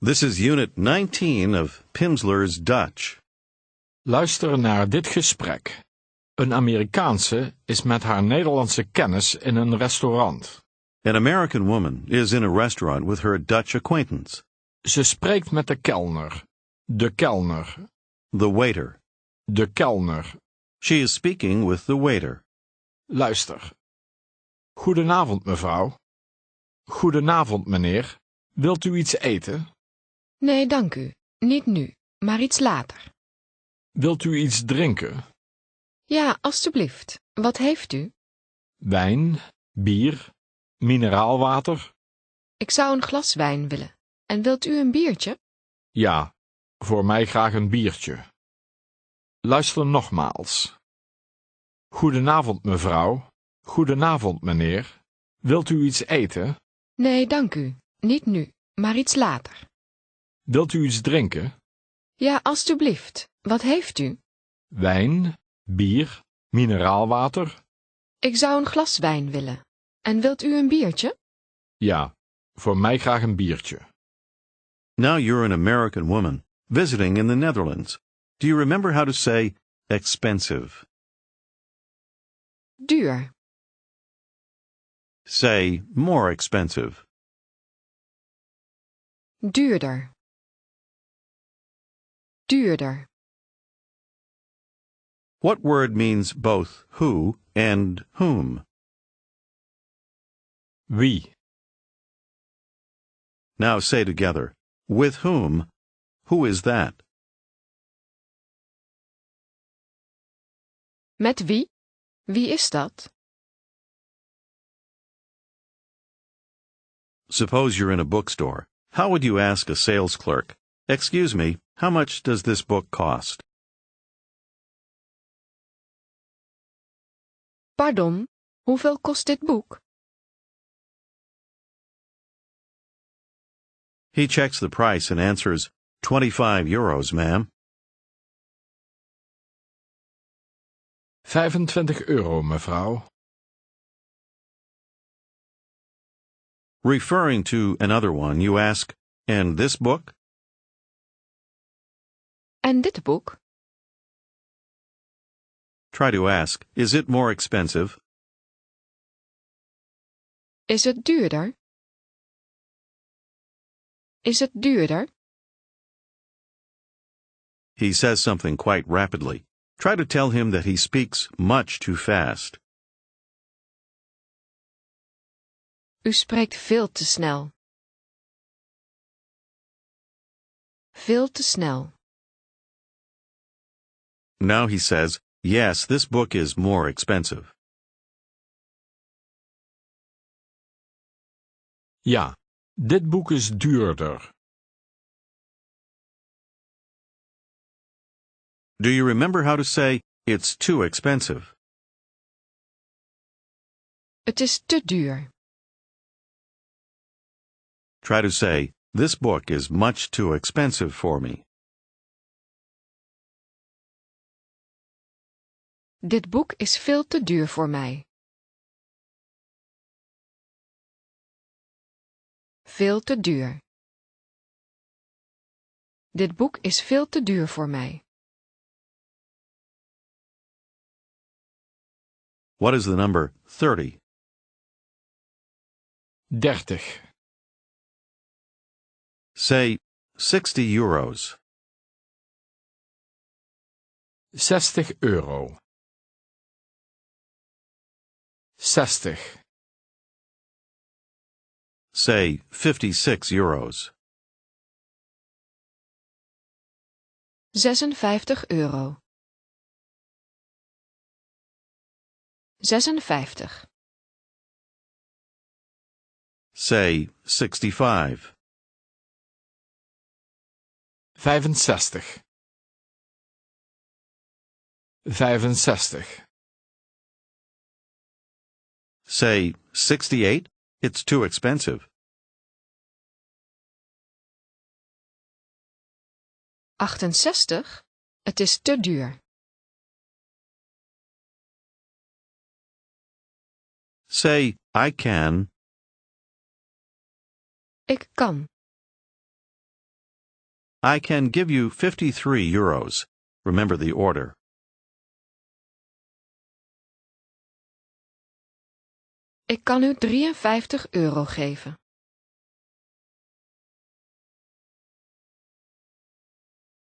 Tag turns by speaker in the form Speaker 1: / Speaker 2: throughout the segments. Speaker 1: This is Unit 19 of Pimsleur's Dutch.
Speaker 2: Luister naar dit gesprek. Een Amerikaanse is met haar Nederlandse kennis in een restaurant.
Speaker 1: An American woman is in a restaurant with her Dutch acquaintance,
Speaker 2: Ze spreekt met de kelner. De kelner.
Speaker 1: the waiter.
Speaker 2: De kelner.
Speaker 1: She is speaking with the waiter.
Speaker 2: Luister. Goedenavond, mevrouw. Goedenavond, meneer. Wilt u iets eten?
Speaker 3: Nee, dank u. Niet nu, maar iets later.
Speaker 2: Wilt u iets drinken?
Speaker 3: Ja, alstublieft. Wat heeft u?
Speaker 2: Wijn, bier, mineraalwater?
Speaker 3: Ik zou een glas wijn willen. En wilt u een biertje?
Speaker 2: Ja, voor mij graag een biertje. Luister nogmaals. Goedenavond, mevrouw. Goedenavond, meneer. Wilt u iets eten?
Speaker 3: Nee, dank u. Niet nu, maar iets later.
Speaker 2: Wilt u iets drinken?
Speaker 3: Ja, alstublieft. Wat heeft u?
Speaker 2: Wijn, bier, mineraalwater?
Speaker 3: Ik zou een glas wijn willen. En wilt u een biertje?
Speaker 2: Ja, voor mij graag een biertje.
Speaker 1: Now you're an American woman visiting in the Netherlands. Do you remember how to say expensive?
Speaker 3: Duur.
Speaker 1: Say more expensive,
Speaker 3: Duurder. Duurder.
Speaker 1: What word means both who and whom?
Speaker 2: Wie?
Speaker 1: Now say together, with whom? Who is that?
Speaker 3: Met wie? Wie is dat?
Speaker 1: Suppose you're in a bookstore. How would you ask a sales clerk, Excuse me, how much does this book cost?
Speaker 3: Pardon, hoeveel kost dit boek?
Speaker 1: He checks the price and answers, 25 euros, ma'am.
Speaker 2: 25 euro, mevrouw.
Speaker 1: Referring to another one, you ask, And this book?
Speaker 3: En dit boek?
Speaker 1: Try to ask, Is it more expensive?
Speaker 3: Is het duurder? Is het duurder?
Speaker 1: He says something quite rapidly. Try to tell him that he speaks much too fast.
Speaker 3: U spreekt veel te snel. Veel te snel.
Speaker 1: Now he says, Yes, this book is more expensive.
Speaker 2: Ja, dit boek is duurder.
Speaker 1: Do you remember how to say, It's too expensive?
Speaker 3: Het is te duur.
Speaker 1: Try to say, This book is much too expensive for me.
Speaker 3: Dit boek is veel te duur voor mij. Veel te duur. Dit boek is veel te duur voor mij.
Speaker 1: What is the number 30?
Speaker 2: 30.
Speaker 1: Say, 60 euros.
Speaker 2: 60 euro. 60.
Speaker 1: Say, 56 euros.
Speaker 3: 56 euro. 56.
Speaker 1: Say, 65.
Speaker 2: 65. 65.
Speaker 1: Say, 68? It's too expensive.
Speaker 3: 68? Het is te duur.
Speaker 1: Say, I can.
Speaker 3: Ik kan.
Speaker 1: I can give you 53 euros. Remember the order.
Speaker 3: Ik kan u 53 euro geven.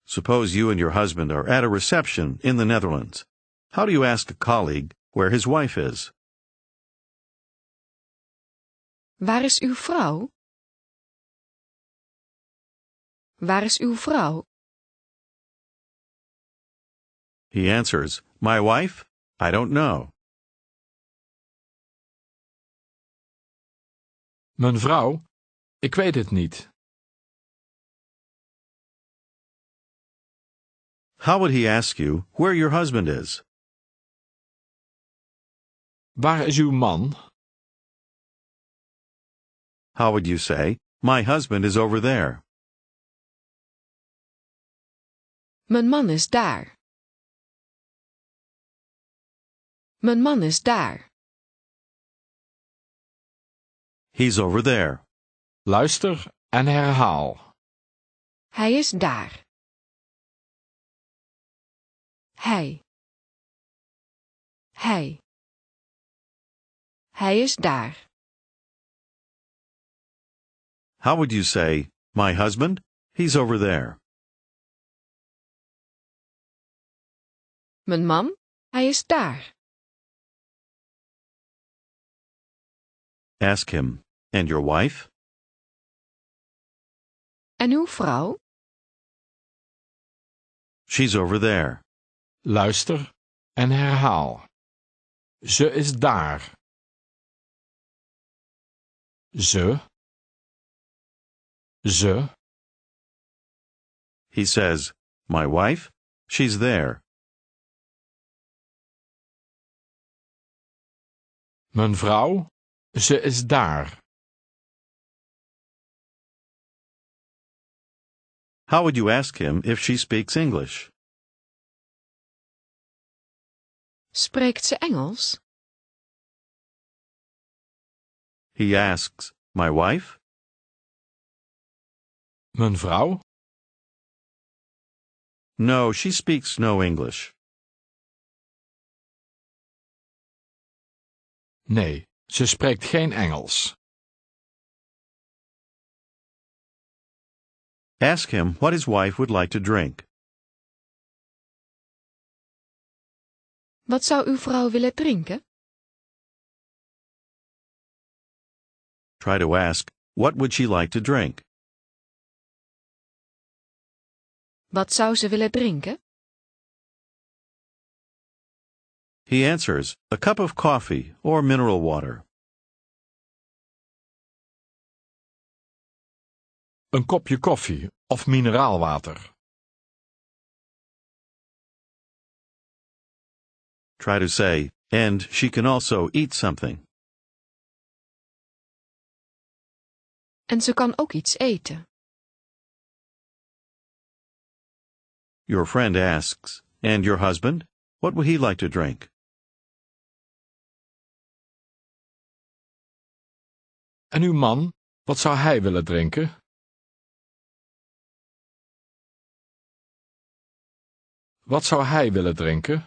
Speaker 1: Suppose you and your husband are at a reception in the Netherlands. How do you ask a colleague where his wife is?
Speaker 3: Waar is uw vrouw? Waar is uw vrouw?
Speaker 1: He answers, My wife? I don't know.
Speaker 2: Mijn vrouw? Ik weet het niet.
Speaker 1: How would he ask you where your husband is?
Speaker 2: Waar is uw man?
Speaker 1: How would you say, My husband is over there?
Speaker 3: Mijn man is daar. Mijn man is daar.
Speaker 1: He's over there.
Speaker 2: Luister en herhaal.
Speaker 3: Hij is daar. Hij. Hij. Hij is daar.
Speaker 1: How would you say, My husband? He's over there.
Speaker 3: Mijn man, hij is daar.
Speaker 1: Ask him, And your wife?
Speaker 3: En uw vrouw?
Speaker 1: She's over there.
Speaker 2: Luister en herhaal. Ze is daar. Ze. Ze.
Speaker 1: He says, My wife? She's there.
Speaker 2: Mijn vrouw? Ze is daar.
Speaker 1: How would you ask him if she speaks English?
Speaker 3: Spreekt ze Engels?
Speaker 1: He asks, My wife?
Speaker 2: Mijn vrouw?
Speaker 1: No, she speaks no English.
Speaker 2: Nee, ze spreekt geen Engels.
Speaker 1: Ask him what his wife would like to drink.
Speaker 3: Wat zou uw vrouw willen drinken?
Speaker 1: Try to ask, What would she like to drink?
Speaker 3: Wat zou ze willen drinken?
Speaker 1: He answers, A cup of coffee or mineral water.
Speaker 2: Een kopje koffie of mineraalwater.
Speaker 1: Try to say, And she can also eat something.
Speaker 3: En ze kan ook iets eten.
Speaker 1: Your friend asks, And your husband? What would he like to drink?
Speaker 2: En uw man? Wat zou hij willen drinken? Wat zou hij willen drinken?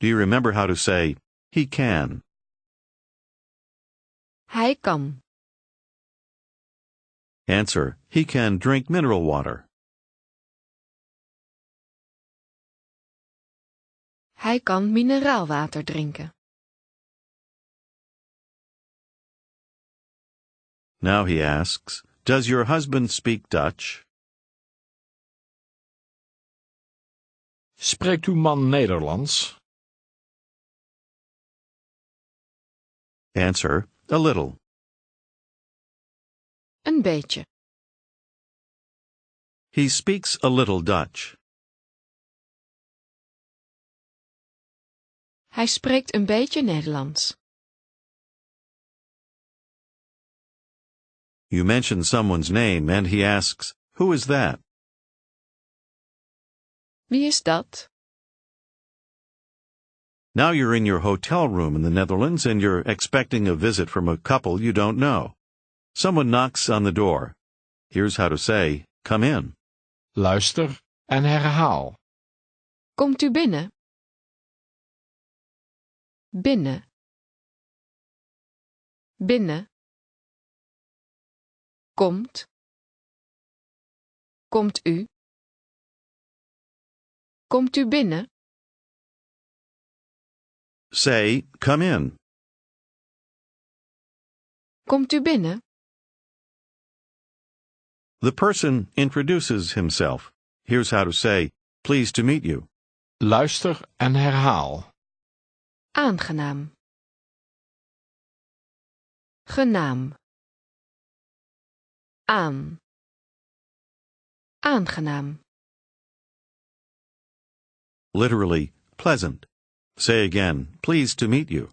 Speaker 1: Do you remember how to say, He can?
Speaker 3: Hij kan.
Speaker 1: Answer, He can drink mineral water.
Speaker 3: Hij kan mineraalwater drinken.
Speaker 1: Now he asks, Does your husband speak Dutch?
Speaker 2: Spreekt uw man Nederlands?
Speaker 1: Answer, A little.
Speaker 3: Een beetje.
Speaker 1: He speaks a little Dutch.
Speaker 3: Hij spreekt een beetje Nederlands.
Speaker 1: You mention someone's name and he asks, Who is that?
Speaker 3: Wie is dat?
Speaker 1: Now you're in your hotel room in the Netherlands and you're expecting a visit from a couple you don't know. Someone knocks on the door. Here's how to say, come in.
Speaker 2: Luister en herhaal.
Speaker 3: Komt u binnen? Binnen. Binnen. Komt. Komt u? Komt u binnen?
Speaker 1: Say, come in.
Speaker 3: Komt u binnen?
Speaker 1: The person introduces himself. Here's how to say, pleased to meet you.
Speaker 2: Luister en herhaal.
Speaker 3: Aangenaam. Genaam. Aan. Aangenaam.
Speaker 1: Literally, pleasant. Say again, pleased to meet you.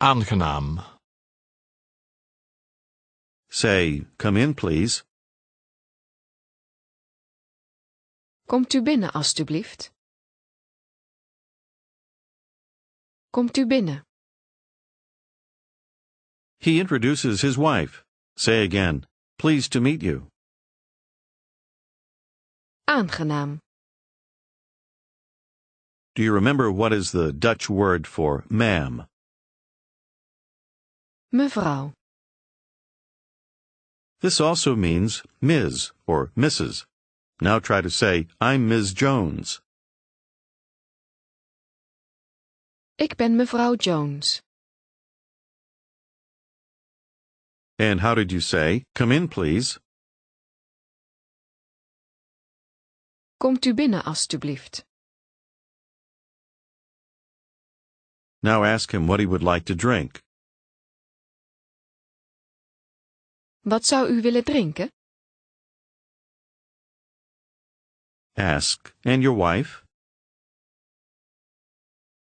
Speaker 2: Aangenaam.
Speaker 1: Say, come in, please.
Speaker 3: Komt u binnen, alstublieft? Komt u binnen?
Speaker 1: He introduces his wife. Say again, pleased to meet you.
Speaker 3: Aangenaam.
Speaker 1: Do you remember what is the Dutch word for ma'am?
Speaker 3: Mevrouw.
Speaker 1: This also means Ms. or Mrs. Now try to say, I'm Ms. Jones.
Speaker 3: Ik ben mevrouw Jones.
Speaker 1: And how did you say, come in, please?
Speaker 3: Komt u binnen, alstublieft?
Speaker 1: Now ask him what he would like to drink.
Speaker 3: Wat zou u willen drinken?
Speaker 1: Ask, and your wife?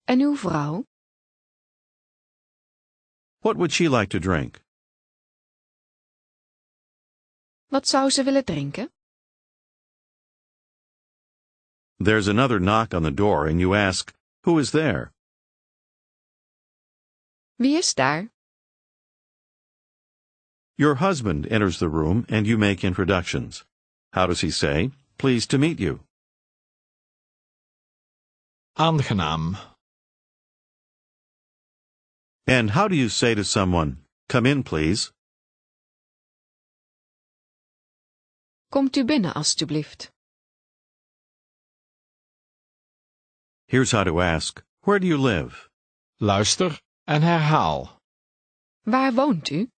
Speaker 3: En uw vrouw?
Speaker 1: What would she like to drink?
Speaker 3: Wat zou ze willen drinken?
Speaker 1: There's another knock on the door, and you ask, Who is there?
Speaker 3: Wie is daar?
Speaker 1: Your husband enters the room, and you make introductions. How does he say, Pleased to meet you?
Speaker 2: Aangenaam.
Speaker 1: And how do you say to someone, Come in, please?
Speaker 3: Komt u binnen, alstublieft?
Speaker 1: Here's how to ask, Where do you live?
Speaker 2: Luister en herhaal.
Speaker 3: Waar woont u?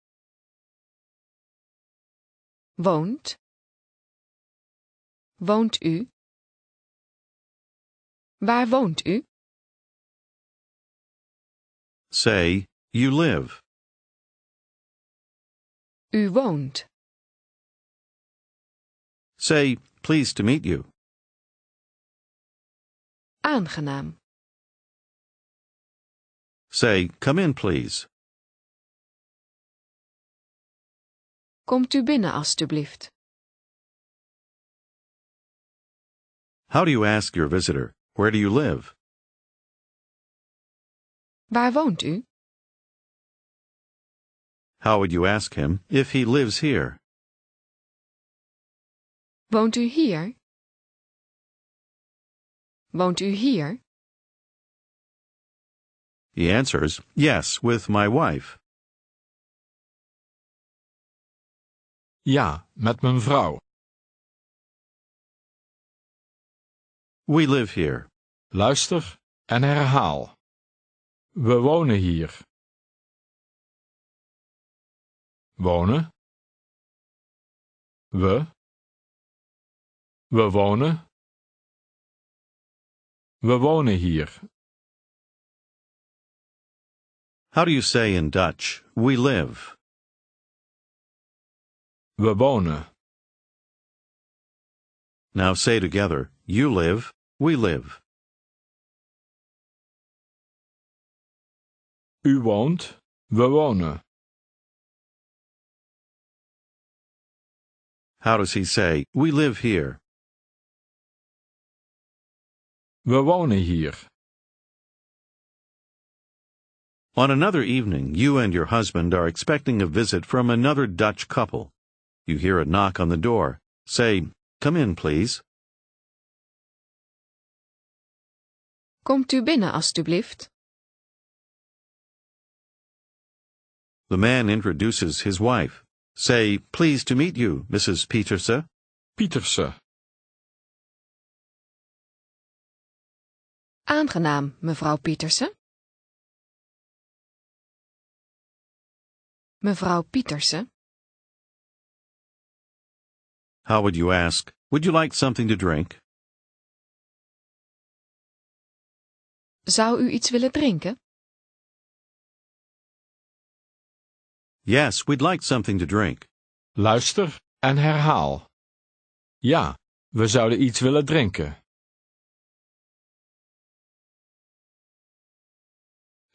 Speaker 3: Woont. Woont u? Waar woont u?
Speaker 1: Say, You live.
Speaker 3: U woont.
Speaker 1: Say, Pleased to meet you.
Speaker 3: Aangenaam.
Speaker 1: Say, Come in, please.
Speaker 3: Komt u binnen, alstublieft?
Speaker 1: How do you ask your visitor, Where do you live?
Speaker 3: Waar woont u?
Speaker 1: How would you ask him if he lives here?
Speaker 3: Woont u hier? Woont u hier?
Speaker 1: He answers, Yes, with my wife.
Speaker 2: Ja, met mijn vrouw.
Speaker 1: We live here.
Speaker 2: Luister en herhaal. We wonen hier. Wonen. We. We wonen. We wonen hier.
Speaker 1: How do you say in Dutch, we live?
Speaker 2: We wonen.
Speaker 1: Now say together, you live, we live.
Speaker 2: U woont. We wonen.
Speaker 1: How does he say, we live here?
Speaker 2: We wonen hier.
Speaker 1: On another evening, you and your husband are expecting a visit from another Dutch couple. You hear a knock on the door. Say, Come in, please.
Speaker 3: Komt u binnen, alstublieft.
Speaker 1: The man introduces his wife. Say, Pleased to meet you, Mrs. Petersen.
Speaker 2: Pieterse.
Speaker 3: Aangenaam, mevrouw Pietersen. Mevrouw Pietersen,
Speaker 1: How would you ask? Would you like something to drink?
Speaker 3: zou u iets willen drinken?
Speaker 1: Yes, we'd like something to drink.
Speaker 2: Luister en herhaal. Ja, we zouden iets willen drinken.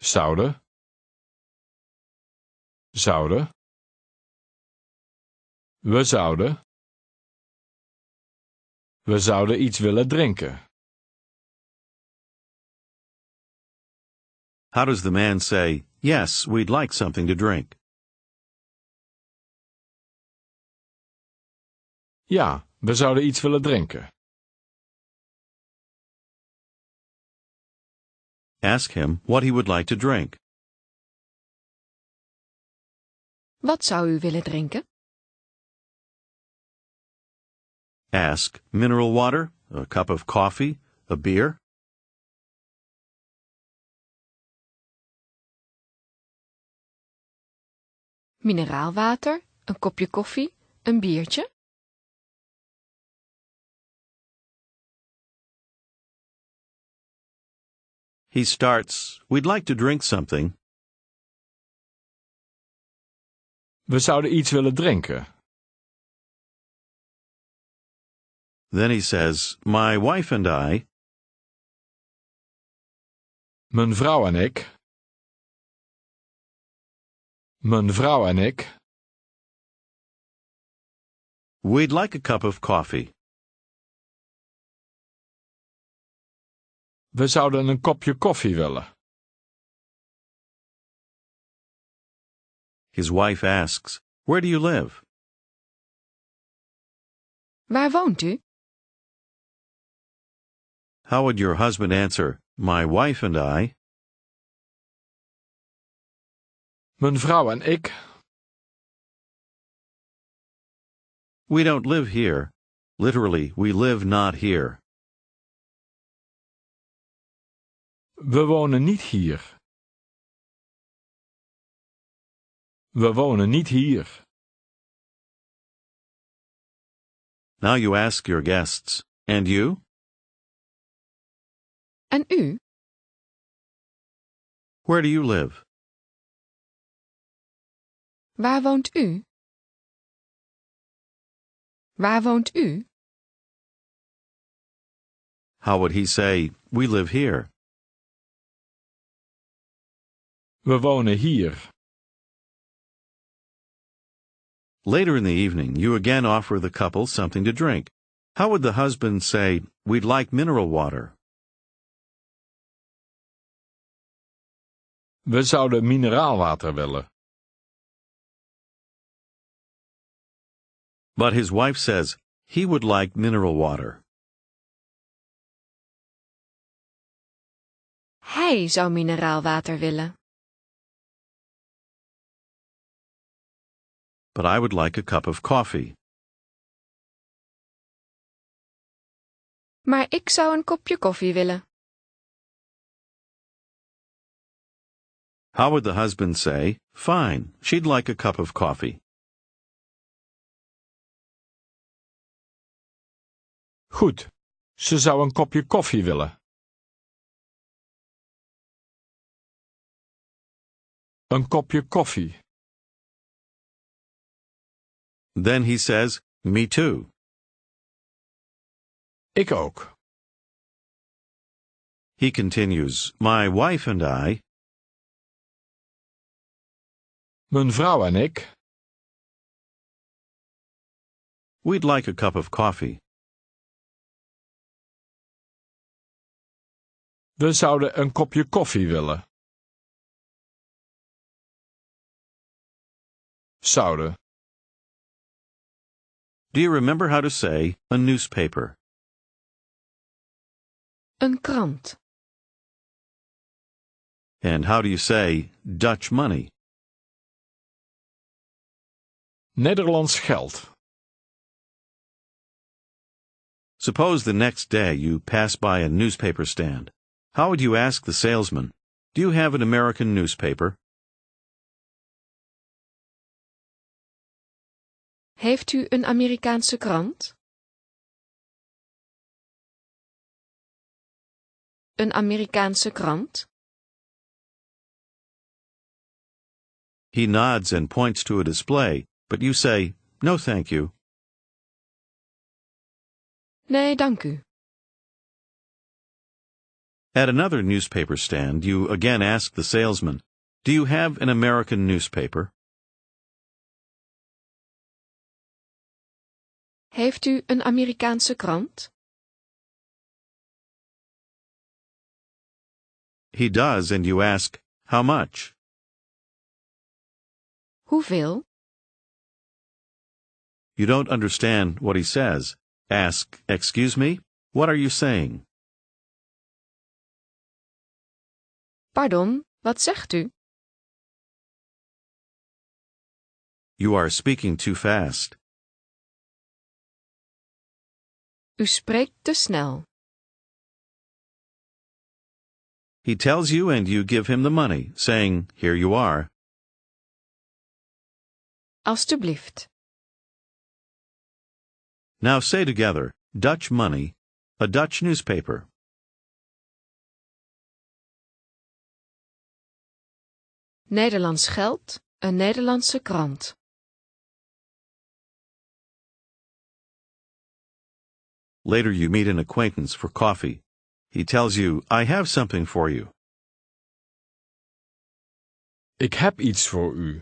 Speaker 2: Zouden. Zouden. We zouden. We zouden iets willen drinken.
Speaker 1: How does the man say, Yes, we'd like something to drink?
Speaker 2: Ja, we zouden iets willen drinken.
Speaker 1: Ask him what he would like to drink.
Speaker 3: Wat zou u willen drinken?
Speaker 1: Ask, mineral water, a cup of coffee, a beer?
Speaker 3: Mineraalwater, een kopje koffie, een biertje?
Speaker 1: He starts, We'd like to drink something.
Speaker 2: We zouden iets willen drinken.
Speaker 1: Then he says, My wife and I.
Speaker 2: Mijn vrouw en ik. Mijn vrouw en ik.
Speaker 1: We'd like a cup of coffee.
Speaker 2: We zouden een kopje koffie willen.
Speaker 1: His wife asks, Where do you live?
Speaker 3: Waar woont u?
Speaker 1: How would your husband answer, My wife and I?
Speaker 2: Mijn vrouw en ik.
Speaker 1: We don't live here. Literally, we live not here.
Speaker 2: We wonen niet hier. We wonen niet hier.
Speaker 1: Now you ask your guests, And you?
Speaker 3: En u?
Speaker 1: Where do you live?
Speaker 3: Waar woont u? Waar woont u?
Speaker 1: How would he say, We live here?
Speaker 2: We wonen hier.
Speaker 1: Later in the evening, you again offer the couple something to drink. How would the husband say, We'd like mineral water?
Speaker 2: We zouden mineraalwater willen.
Speaker 1: But his wife says, He would like mineral water.
Speaker 3: Hij zou mineraalwater willen.
Speaker 1: But I would like a cup of coffee.
Speaker 3: Maar ik zou een kopje koffie willen.
Speaker 1: How would the husband say, Fine, she'd like a cup of coffee?
Speaker 2: Goed. Ze zou een kopje koffie willen. Een kopje koffie.
Speaker 1: Then he says, Me too.
Speaker 2: Ik ook.
Speaker 1: He continues, My wife and I.
Speaker 2: Mijn vrouw en ik.
Speaker 1: We'd like a cup of coffee.
Speaker 2: We zouden een kopje koffie willen. zouden.
Speaker 1: Do you remember how to say a newspaper?
Speaker 3: Een krant.
Speaker 1: And how do you say Dutch money?
Speaker 2: Nederlands geld.
Speaker 1: Suppose the next day you pass by a newspaper stand. How would you ask the salesman, Do you have an American newspaper?
Speaker 3: Heeft u een Amerikaanse krant? Een Amerikaanse krant?
Speaker 1: He nods and points to a display, but you say, No, thank you.
Speaker 3: Nee, dank u.
Speaker 1: At another newspaper stand, you again ask the salesman, Do you have an American newspaper?
Speaker 3: Heeft u een Amerikaanse krant?
Speaker 1: He does, and you ask, How much?
Speaker 3: Hoeveel?
Speaker 1: You don't understand what he says. Ask, Excuse me? What are you saying?
Speaker 3: Pardon, wat zegt u?
Speaker 1: You are speaking too fast.
Speaker 3: U spreekt te snel.
Speaker 1: He tells you, and you give him the money, saying, Here you are.
Speaker 3: Alstublieft.
Speaker 1: Now say together, Dutch money, a Dutch newspaper.
Speaker 3: Nederlands geld, een Nederlandse krant.
Speaker 1: Later you meet an acquaintance for coffee. He tells you, I have something for you.
Speaker 2: Ik heb iets voor u.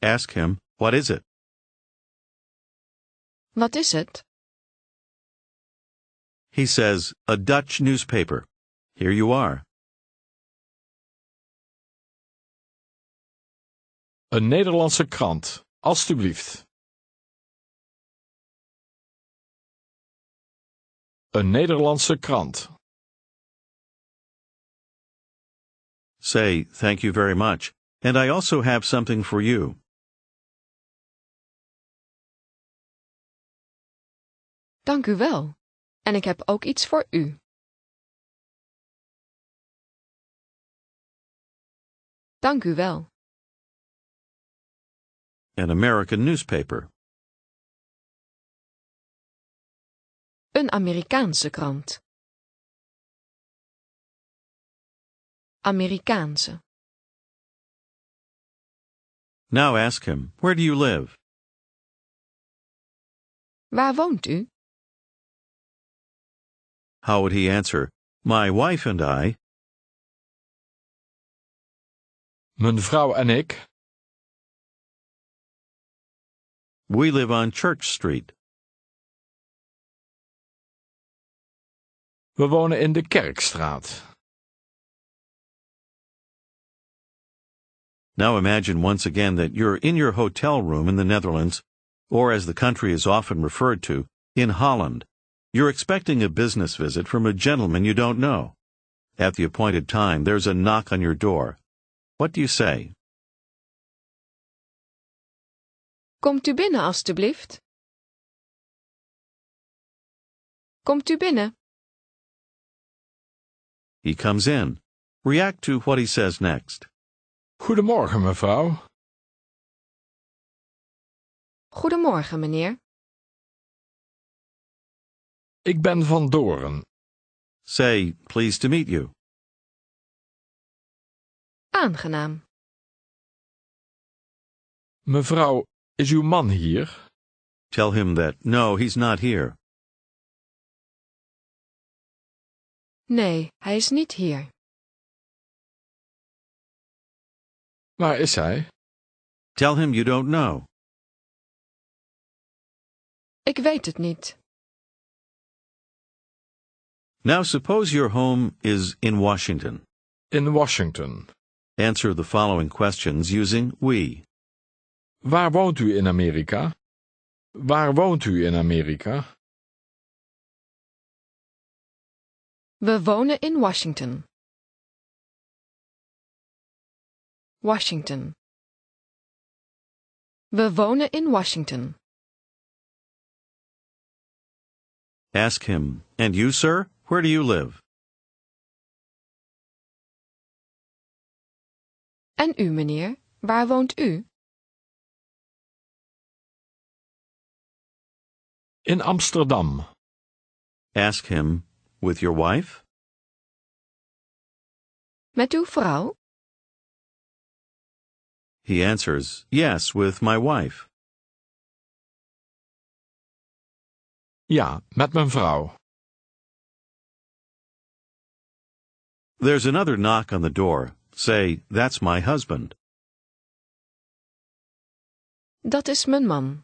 Speaker 1: Ask him, What is it?
Speaker 3: Wat is het?
Speaker 1: He says, A Dutch newspaper. Here you are.
Speaker 2: Een Nederlandse krant, alstublieft. Een Nederlandse krant.
Speaker 1: Say, Thank you very much, and I also have something for you.
Speaker 3: Dank u wel. En ik heb ook iets voor u. Dank u wel.
Speaker 1: An American newspaper.
Speaker 3: Een Amerikaanse krant. Amerikaanse.
Speaker 1: Now ask him, Where do you live?
Speaker 3: Waar woont u?
Speaker 1: How would he answer, My wife and I,
Speaker 2: Mijn vrouw en ik,
Speaker 1: we live on Church Street.
Speaker 2: we wonen in de Kerkstraat.
Speaker 1: Now imagine once again that you're in your hotel room in the Netherlands, or as the country is often referred to, in Holland. You're expecting a business visit from a gentleman you don't know. At the appointed time, there's a knock on your door. What do you say?
Speaker 3: Komt u binnen, alstublieft. Komt u binnen.
Speaker 1: He comes in. React to what he says next.
Speaker 2: Goedemorgen, mevrouw.
Speaker 3: Goedemorgen, meneer.
Speaker 2: Ik ben Van Doren.
Speaker 1: Say, pleased to meet you.
Speaker 3: Aangenaam.
Speaker 2: Mevrouw, is uw man hier?
Speaker 1: Tell him that no, he's not here.
Speaker 3: Nee, hij is niet hier.
Speaker 2: Waar is hij?
Speaker 1: Tell him you don't know.
Speaker 3: Ik weet het niet.
Speaker 1: Now suppose your home is in Washington.
Speaker 2: In Washington.
Speaker 1: Answer the following questions using we.
Speaker 2: Waar woont u in Amerika? Waar woont u in Amerika?
Speaker 3: We wonen in Washington. Washington. We wonen in Washington.
Speaker 1: Ask him, And you, sir, where do you live?
Speaker 3: En u, meneer, waar woont u?
Speaker 2: In Amsterdam.
Speaker 1: Ask him, With your wife?
Speaker 3: Met uw vrouw?
Speaker 1: He answers, Yes, with my wife.
Speaker 2: Ja, met mijn vrouw.
Speaker 1: There's another knock on the door. Say, That's my husband.
Speaker 3: Dat is mijn man.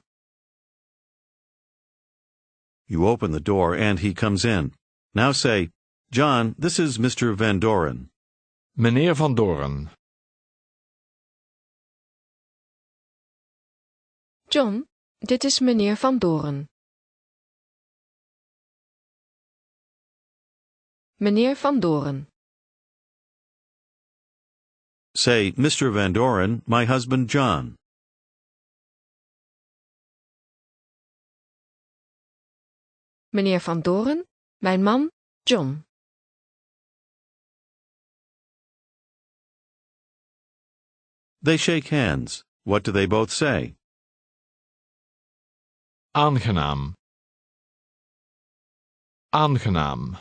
Speaker 1: You open the door and he comes in. Now say, John, this is Mr. Van Doren.
Speaker 2: Meneer Van Doren.
Speaker 3: John, dit is meneer Van Doren. Meneer Van Doren,
Speaker 1: Say, Mr. Van Doren, my husband John.
Speaker 3: meneer Van Doren, mijn man, John.
Speaker 1: They shake hands. What do they both say?
Speaker 2: Aangenaam. Aangenaam.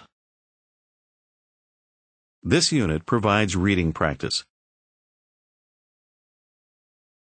Speaker 1: This unit provides reading practice.